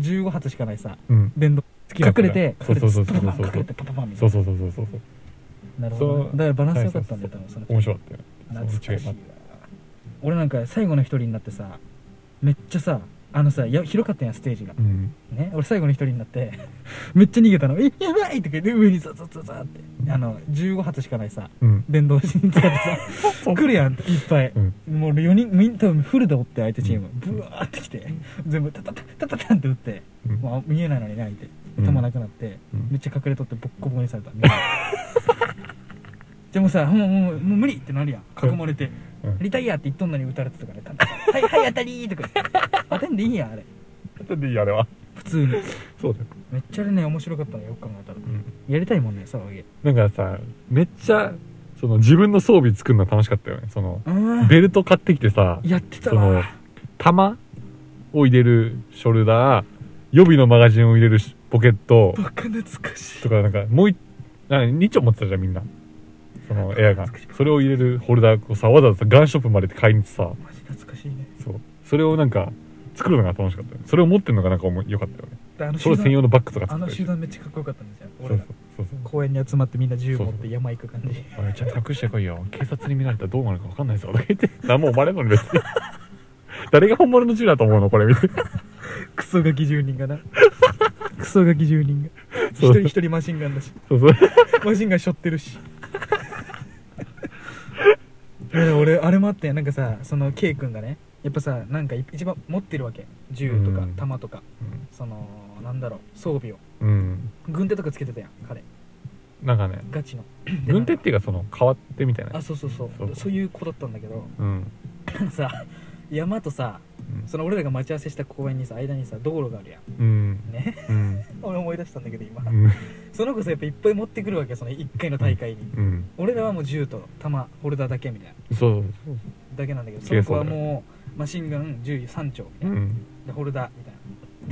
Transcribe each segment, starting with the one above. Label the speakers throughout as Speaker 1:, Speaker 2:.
Speaker 1: 15発しかないさ
Speaker 2: うん
Speaker 1: 電動
Speaker 2: 好きだ
Speaker 1: 隠
Speaker 2: から
Speaker 1: れて
Speaker 2: そうそうそう
Speaker 1: 隠
Speaker 2: そ
Speaker 1: れてパパパン隠
Speaker 2: うそ
Speaker 1: れ
Speaker 2: う
Speaker 1: てパパパンみた
Speaker 2: そ
Speaker 1: いう
Speaker 2: そうそうそうそうそう
Speaker 1: ななるほどね
Speaker 2: そう
Speaker 1: だからバランス良かったんだよ多分
Speaker 2: そう
Speaker 1: その
Speaker 2: 面白かったよ
Speaker 1: 懐かしい
Speaker 2: そ
Speaker 1: わ
Speaker 2: の違い
Speaker 1: 俺なんか最後の一人になってさめっちゃさあのさや広かったやんステージが
Speaker 2: うん
Speaker 1: ね俺最後の一人になってめっちゃ逃げたの「えやばい!」とか言って上にザザザザってあの15発しかないさ
Speaker 2: うん
Speaker 1: 電動芯使ってさ来るやんいっぱい、
Speaker 2: うん
Speaker 1: もう4人みん多分フルで追って相手チーム
Speaker 2: うん
Speaker 1: ブワーってきて全部タタタタタタンって打って
Speaker 2: うん
Speaker 1: もう見えないのにね相手
Speaker 2: うん
Speaker 1: 頭なくなって、
Speaker 2: うん
Speaker 1: めっちゃ隠れとってボッコボコにされた でもさもうもうもう無理ってなるやん囲まれて
Speaker 2: うん
Speaker 1: リタイアって言っとんのに打たれてとかねタンタンはいはい当たりーとか言って 当てんでいいやんあれ
Speaker 2: だっていいあれは
Speaker 1: 普通に
Speaker 2: そうだよ
Speaker 1: めっちゃあれね面白かったのよよく考えたら
Speaker 2: うん
Speaker 1: やりたいもんね騒ぎ
Speaker 2: なんかさめっちゃその自分の装備作るの楽しかったよねその
Speaker 1: うん
Speaker 2: ベルト買ってきてさ
Speaker 1: やってた
Speaker 2: その
Speaker 1: わ
Speaker 2: 弾を入れるショルダー予備のマガジンを入れるしポケット
Speaker 1: バカ懐かしい
Speaker 2: とかなんかもういなんか2丁持ってたじゃんみんなそのエアガンそれを入れるホルダーをさわざわざガンショップまで買いに行ってさ
Speaker 1: マジ懐かしいね
Speaker 2: そうそれをなんか作るのが楽しかったよねそれを持ってるのがなんかおも良かったよね
Speaker 1: であの
Speaker 2: それ
Speaker 1: 集
Speaker 2: 専
Speaker 1: 団
Speaker 2: 用のバッグとか
Speaker 1: あ
Speaker 2: 作
Speaker 1: の
Speaker 2: ったり
Speaker 1: 集
Speaker 2: して
Speaker 1: 団めっちゃかっこよかったんですよ
Speaker 2: そう
Speaker 1: 俺
Speaker 2: そう
Speaker 1: ら
Speaker 2: そうそう
Speaker 1: 公園に集まってみんな銃持っ
Speaker 2: そうそ
Speaker 1: て
Speaker 2: う
Speaker 1: 山行く感じ
Speaker 2: おいちゃんと隠してこいよ警察に見られたらどうなるか分かんないぞとか言って何も思われんのに別に誰が本物の銃だと思うのこれみたいな
Speaker 1: クソガキ10人がなクソガキ10人が一
Speaker 2: そう
Speaker 1: 人一人マシンガンだし
Speaker 2: そうそう
Speaker 1: マシンガン背負ってるしいや俺あれもあってなんかさその K 君がねやっぱさなんかい一番持ってるわけ銃とか
Speaker 2: うん
Speaker 1: 弾とかそのなんだろう装備を
Speaker 2: うん、うん、
Speaker 1: 軍手とかつけてたやん彼
Speaker 2: なんかね
Speaker 1: ガチの
Speaker 2: 軍手っ
Speaker 1: い
Speaker 2: ていうかその変わってみたいな
Speaker 1: あそうそうそう
Speaker 2: そう
Speaker 1: そういう子だったんだけど
Speaker 2: うん
Speaker 1: さ山とさその俺らが待ち合わせした公園にさ間にさ道路があるや
Speaker 2: うんうん
Speaker 1: んね
Speaker 2: うん
Speaker 1: 俺思い出したんだけど今
Speaker 2: うん
Speaker 1: その子さやっぱいっぱい持ってくるわけよその1回の大会に
Speaker 2: うん
Speaker 1: 俺らはもう銃と弾ホルダーだけみたいな
Speaker 2: そう
Speaker 1: だけなんだけどそ
Speaker 2: 軽
Speaker 1: の
Speaker 2: 装
Speaker 1: 子
Speaker 2: だ
Speaker 1: は
Speaker 2: ね
Speaker 1: もうマシンガン銃3丁みた
Speaker 2: う
Speaker 1: いなんでホルダーみ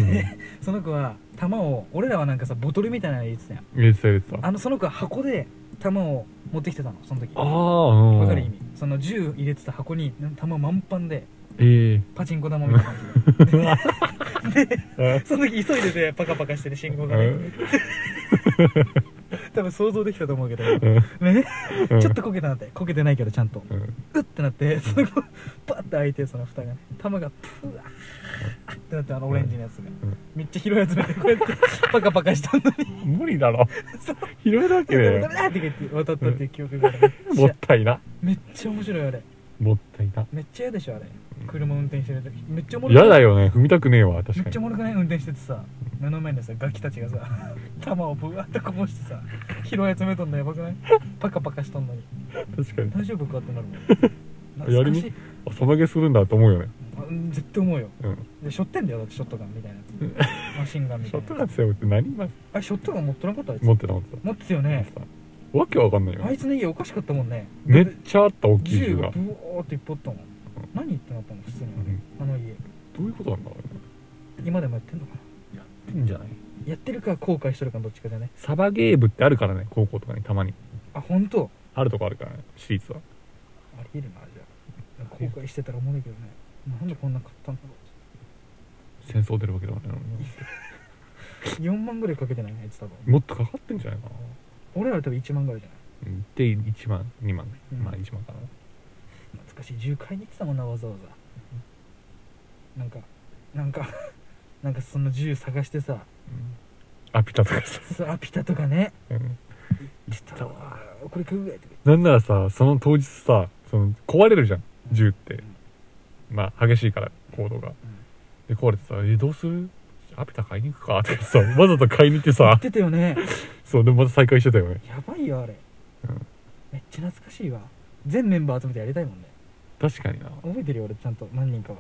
Speaker 1: たいな
Speaker 2: うん
Speaker 1: その子は弾を俺らはなんかさボトルみたいなの入れてたやん
Speaker 2: 入れてた入れてた
Speaker 1: あのその子は箱で弾を持ってきてたのその時
Speaker 2: ああうん
Speaker 1: わかる意味その銃入れてた箱に弾満帆で
Speaker 2: え
Speaker 1: パチンコ玉みたいな感
Speaker 2: えうわ
Speaker 1: じでその時急いでてパカパカしてる信号が
Speaker 2: う
Speaker 1: ね
Speaker 2: ん
Speaker 1: 多分想像できたと思うけど
Speaker 2: うん
Speaker 1: ね
Speaker 2: うん
Speaker 1: ちょっとこけたなってこけてないけどちゃんと
Speaker 2: うん
Speaker 1: うってなってそのパッて開いてその蓋がね玉がプワーってなってあのオレンジのやつが、
Speaker 2: うん
Speaker 1: めっちゃ広いやつでこうやっ てパカパカしたのに
Speaker 2: 無理 だろ拾えるわけねえ
Speaker 1: ダ
Speaker 2: よ
Speaker 1: メだって言って渡ったっていう記憶がある
Speaker 2: もったいな
Speaker 1: めっちゃ面白いあれ
Speaker 2: もったいな
Speaker 1: めっちゃ嫌でしょあれ車運転してる時めっちゃおもろくない
Speaker 2: 嫌だよね踏みたくねえわ確
Speaker 1: め
Speaker 2: か
Speaker 1: っちゃおも
Speaker 2: に
Speaker 1: ろくない運転しててさ目の前でさガキたちがさ玉をブワーってこぼしてさ拾い集めとんのやばく ないパカパカしとんのに
Speaker 2: 確かに
Speaker 1: 大丈夫かってな るもん
Speaker 2: や
Speaker 1: 懐
Speaker 2: り
Speaker 1: か
Speaker 2: に
Speaker 1: しい
Speaker 2: あそのげするんだと思うよね
Speaker 1: うん絶対思うよ
Speaker 2: うん
Speaker 1: でしょってんだよだってショットガンみたいなやつマシンガンみ
Speaker 2: シ
Speaker 1: た
Speaker 2: ョ
Speaker 1: い
Speaker 2: ッ
Speaker 1: な
Speaker 2: トガン背負うって何今
Speaker 1: あれショットガン持ってなかったあいつ
Speaker 2: 持ってた持って
Speaker 1: 持ってたよ
Speaker 2: た持っ
Speaker 1: ね
Speaker 2: てたわけわかんないよ
Speaker 1: あ
Speaker 2: ね
Speaker 1: いつの家おかしかったもんね
Speaker 2: めっちゃあった大きい
Speaker 1: 銃
Speaker 2: 銃
Speaker 1: が
Speaker 2: が
Speaker 1: ブワーって一本あったもん何言ってなったの普通に
Speaker 2: うん
Speaker 1: あの家
Speaker 2: どういうことなんだろうね
Speaker 1: 今でもやってんのかな
Speaker 2: やってんじゃない
Speaker 1: やってるか後悔してるかどっちかだね
Speaker 2: サバゲー部ってあるからね高校とかにたまに
Speaker 1: あ本当
Speaker 2: あるとこあるからね私立は
Speaker 1: ありえるなじゃあ後悔してたらおもろいけどねなんでこんな買ったんだろ
Speaker 2: 戦争出るわけでもないのに
Speaker 1: う4万ぐらいかけてないねあいつ多分
Speaker 2: もっとかかってんじゃないかな
Speaker 1: 俺ら多分1万ぐらいじゃない
Speaker 2: うんで1万2万、
Speaker 1: うん
Speaker 2: まあ1万かな
Speaker 1: 懐かしい銃買いに行ってたもんなわざわざなんかなんか なんかその銃探してさ
Speaker 2: あピタとかさ、
Speaker 1: さあピタとかね
Speaker 2: うん、
Speaker 1: 言ってたわこれ食うわとか
Speaker 2: なんならさその当日さその壊れるじゃん銃ってまあ激しいから行動がで壊れてさ「えどうするアピタ買いに行くか?」とかさわざと買いに行って
Speaker 1: 言
Speaker 2: さ
Speaker 1: ってたよね
Speaker 2: そうでもまた再会してたよね
Speaker 1: やばいよあれ、
Speaker 2: うん
Speaker 1: めっちゃ懐かしいわ全メンバー集めてやりたいもんね
Speaker 2: 確かにな、うん、
Speaker 1: 覚えてるよ俺ちゃんと何人かは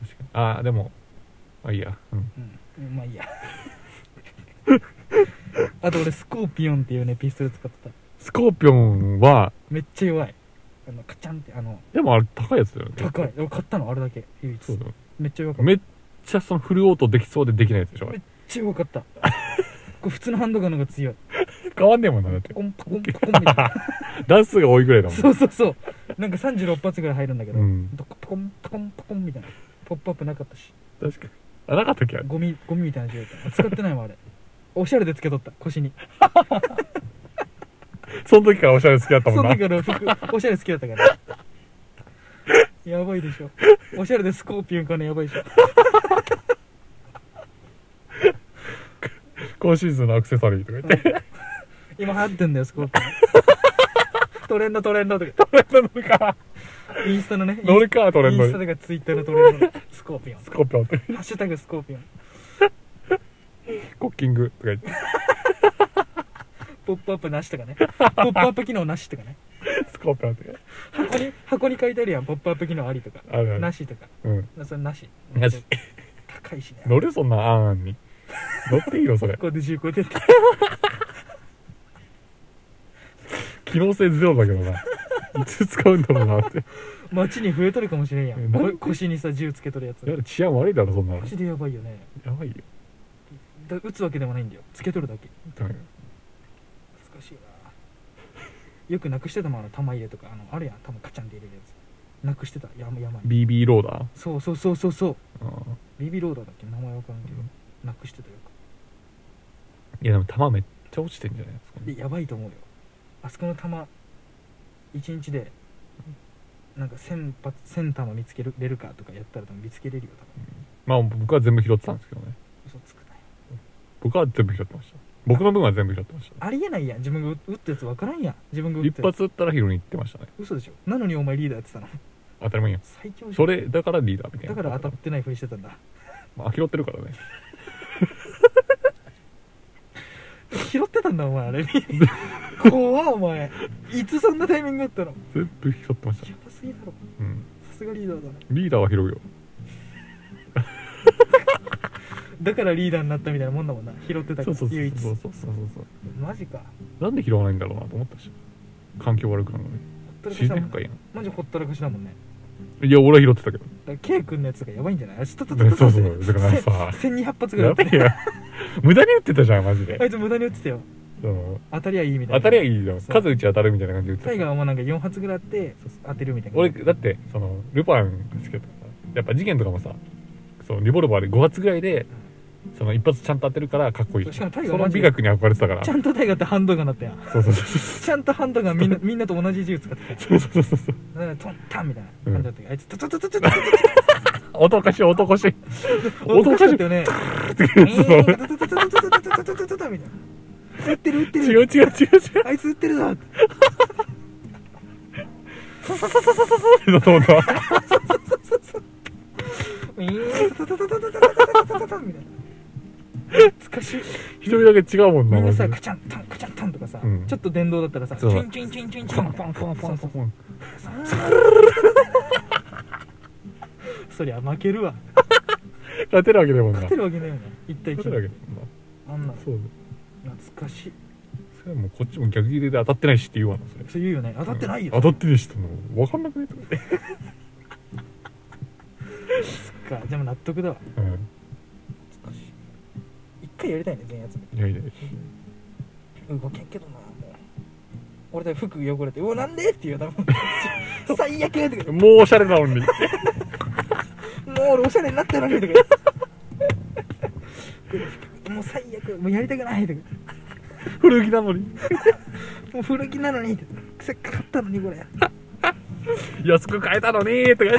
Speaker 2: 確かにああでもまあいいやうん
Speaker 1: うんまあいい やあと俺スコーピオンっていうねピストル使ってた
Speaker 2: スコーピオンは
Speaker 1: めっちゃ弱いあのカチャンってあの
Speaker 2: でもあれ高いやつだよね
Speaker 1: 高い俺買ったのあれだけ唯一
Speaker 2: そうだよ
Speaker 1: めっちゃ弱かった
Speaker 2: めっちゃそのフルオートできそうでできないやつでしょ
Speaker 1: めっちゃ弱かったこれ普通のハンドガンの方が強い
Speaker 2: 変わんねえもんなだって
Speaker 1: コンパコンパコンみたいな
Speaker 2: 段数が多いぐらいだもん
Speaker 1: そうそうそうなんか36発ぐらい入るんだけど、
Speaker 2: うん
Speaker 1: どっかポコンポコンポコンみたいなポップアップなかったし
Speaker 2: 確かにああなかったっけあれ
Speaker 1: ゴミゴミみたいな銃やった使ってないもんあれおしゃれでつけとった腰に
Speaker 2: その時からおしゃれ好きだった
Speaker 1: そ
Speaker 2: もん
Speaker 1: の
Speaker 2: な
Speaker 1: 時から 服おしゃれ好きだったからやばいでしょおしゃれでスコーピオンかねやばいでしょ
Speaker 2: 今シーズンのアクセサリーとか言って
Speaker 1: 今流行ってんだよスコーピオントレンドトレンドとか
Speaker 2: 乗るか
Speaker 1: インスタのね
Speaker 2: 乗るかト
Speaker 1: イン
Speaker 2: レンド
Speaker 1: スタ
Speaker 2: に
Speaker 1: とかツイッターのトレンドのスコーピオン
Speaker 2: スコーピオンって
Speaker 1: ハッシュタグスコーピオン
Speaker 2: コッキングとか言って
Speaker 1: ポップアップなしとか ねポップアップ機能なしとかね
Speaker 2: スコーピオンって
Speaker 1: 箱に箱に書いてあるやんポップアップ機能ありとか
Speaker 2: あるあ
Speaker 1: な
Speaker 2: る
Speaker 1: しとか
Speaker 2: うん
Speaker 1: それなし
Speaker 2: なし
Speaker 1: 高いしね
Speaker 2: 乗るそんなあんあんに乗っていいよそれ
Speaker 1: こうで10個出て
Speaker 2: 機能性ゼロだけどないつ使うんだろうなって
Speaker 1: 街に増えとるかもしれんやん
Speaker 2: えなん
Speaker 1: こ腰にさ銃つけとるやつ
Speaker 2: やだ治安悪いだろそんなの
Speaker 1: マジでやばいよね
Speaker 2: やばいよ
Speaker 1: だ撃つわけでもないんだよつけとるだけ
Speaker 2: だから
Speaker 1: 懐かしいなよくなくしてたもんあの玉入れとかあのあるやん玉カチャンで入れるやつなくしてたやばいやばい
Speaker 2: BB ローダー
Speaker 1: そうそうそうそうそう
Speaker 2: うん
Speaker 1: ビビローダーだっけ名前わからんけど
Speaker 2: うん
Speaker 1: なくしてたよ
Speaker 2: いやでも弾めっちゃ落ちてんじゃないですか
Speaker 1: でやばいと思うよあそこの玉1日でなんか1000発1000玉見つけれるかとかやったら多分見つけれるよ多分
Speaker 2: まあ僕は全部拾ってたんですけどね
Speaker 1: 嘘つくない
Speaker 2: 僕は全部拾ってました僕の分は全部拾ってました
Speaker 1: ありえないやん自分が撃撃ったやつわからんやん自分が撃っ
Speaker 2: 一
Speaker 1: たやつ
Speaker 2: 発撃ったら拾いに行ってましたね
Speaker 1: 嘘でしょなのにお前リーダーやってたの
Speaker 2: 当たり前や
Speaker 1: 最強じゃ
Speaker 2: そ
Speaker 1: ん
Speaker 2: れだからリーダーみたい
Speaker 1: だ
Speaker 2: な
Speaker 1: から当たってないふりしてたんだ
Speaker 2: まあ拾ってるからね
Speaker 1: 拾ってたんだ お前あれ怖っお前いつそんなタイミングだったのや
Speaker 2: 全部拾ってましたね
Speaker 1: ばすぎだろ
Speaker 2: うん
Speaker 1: さすがリーダーだな
Speaker 2: リーダーは拾うよ
Speaker 1: だからリーダーになったみたいなもんだもんな拾ってたか
Speaker 2: そう
Speaker 1: ら
Speaker 2: そうそう
Speaker 1: 唯一
Speaker 2: そうそうそうそう
Speaker 1: マジか
Speaker 2: なんで拾わないんだろうなと思ったし環境悪くなるのに
Speaker 1: ほったらか
Speaker 2: 自
Speaker 1: しだも
Speaker 2: 然
Speaker 1: ん
Speaker 2: 界
Speaker 1: ね
Speaker 2: や
Speaker 1: マジほったらかしだもんね
Speaker 2: んいや俺は拾ってたけど
Speaker 1: だから K 君のやつがやばいんじゃないあれちょっと
Speaker 2: ねそうそうだからさ
Speaker 1: 1200発ぐらい
Speaker 2: や
Speaker 1: 撃って
Speaker 2: べえ や無駄に打ってたじゃんマジで
Speaker 1: あいつ無駄に撃ってたよ
Speaker 2: その
Speaker 1: 当たりゃいいみたいな
Speaker 2: 当たりゃいいじゃん
Speaker 1: そう
Speaker 2: 数打ち当たるみたいな感じで打ってた
Speaker 1: タイガーはもうなんか4発ぐらいあって当てるみたいな
Speaker 2: 俺だってそのルパンが好きだったからさやっぱ事件とかもさそのリボルバーで5発ぐらいでその一発ちゃんと当てるからかっこいい
Speaker 1: しかもタイガー
Speaker 2: そ
Speaker 1: マ
Speaker 2: の
Speaker 1: ジで
Speaker 2: 美学に憧れてたから
Speaker 1: ちゃんとタイガーってハンドガンだったやん
Speaker 2: そうそうそう
Speaker 1: ちゃんとハンドガンみんなみんなと同じ銃使ってた
Speaker 2: そうそうそうそう
Speaker 1: だからトンタンみたいな感じだったけどあいつトトトトトト
Speaker 2: 音おかしい音おか しい
Speaker 1: 音
Speaker 2: 音
Speaker 1: がし
Speaker 2: おか
Speaker 1: か
Speaker 2: し
Speaker 1: っ
Speaker 2: い
Speaker 1: たよね
Speaker 2: そう
Speaker 1: トトトトトトトトトトトトみたいな撃ってる撃ってる
Speaker 2: 違う違う違う違う
Speaker 1: あいつ撃ってるぞ
Speaker 2: そうそうそう
Speaker 1: ウィーントトトトトトトトトトみたいな懐かしい
Speaker 2: 一人だけ違うもんな
Speaker 1: みんなさ
Speaker 2: マ
Speaker 1: カ
Speaker 2: ジで
Speaker 1: チャンタンカチャンタンとかさ
Speaker 2: うん
Speaker 1: ちょっと電動だったらさチ
Speaker 2: そう
Speaker 1: ュンチュンチュンチュンチュンポンポンポンポンポンそりゃ負けるわ
Speaker 2: 勝てるわけでもんな
Speaker 1: 勝てるわけないよね一対
Speaker 2: 勝てるわけ
Speaker 1: 1
Speaker 2: でもん
Speaker 1: あんな
Speaker 2: な
Speaker 1: の
Speaker 2: そう
Speaker 1: 懐かしい
Speaker 2: それはもうこっちも逆ギレで当たってないしって言うわなそれ
Speaker 1: そう言うよね当たってないよ
Speaker 2: 当たってないしってもう分かんなくねとか言って
Speaker 1: そっかでも納得だわ
Speaker 2: うん
Speaker 1: 懐かしい一回やりたいね全員集
Speaker 2: いやいやいや
Speaker 1: め動けんけどなもう俺だけ服汚れて「うわなんで?」って言うよ多 分最悪とか
Speaker 2: もうおしゃれなのに
Speaker 1: 「もう俺おしゃれになったのに」とか「もう最悪もうやりたくない」とか
Speaker 2: 古着なのに
Speaker 1: 「もう古着なのに」とかせっかく買ったのにこれ
Speaker 2: 安く買えたのにとか言って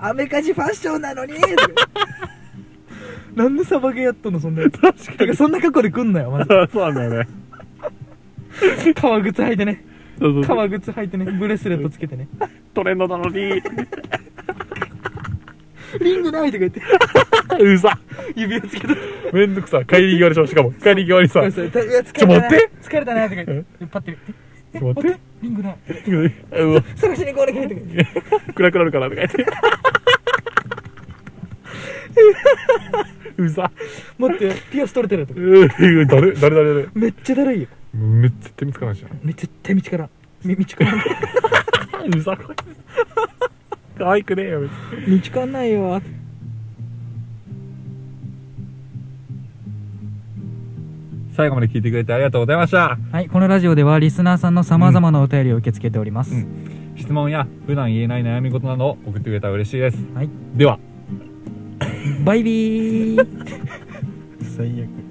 Speaker 1: アメカジファッションなのにとかなんでサバゲーやっとんのそんなやつ
Speaker 2: 確
Speaker 1: てかそんな格好で来んなよマジ
Speaker 2: かにそうなんだよね
Speaker 1: で 革靴履いてね
Speaker 2: そうそうそう
Speaker 1: 革靴履いてねブレスレットつけてね
Speaker 2: トレンドなのに
Speaker 1: リングないとか言 って
Speaker 2: うざ
Speaker 1: 指をつけて
Speaker 2: めんどくさ帰り際でしょしかも帰り際にさ
Speaker 1: そうそういや疲れ
Speaker 2: ち
Speaker 1: た
Speaker 2: ょ
Speaker 1: な
Speaker 2: 待って
Speaker 1: 疲れたなとか言ってパッて見てえ
Speaker 2: ちょ待って
Speaker 1: リングないう
Speaker 2: わ
Speaker 1: 探しに行こうねとか言って
Speaker 2: 暗くなるからとか言って うざ
Speaker 1: 待ってピアス取れてるとか
Speaker 2: うん誰誰誰誰
Speaker 1: めっちゃだるいよ
Speaker 2: めっちゃ手見つかないじゃ
Speaker 1: め絶対道からみ道変わんない
Speaker 2: ん うざこいつ可愛くねえよ別に
Speaker 1: 道変わんないよ
Speaker 2: 最後まで聞いてくれてありがとうございました
Speaker 1: はいこのラジオではリスナーさんのさまざまなお便りを受け付けております、
Speaker 2: うん質問や普段言えない悩み事などを送ってくれたら嬉しいです
Speaker 1: はい
Speaker 2: では
Speaker 1: バイビー 最悪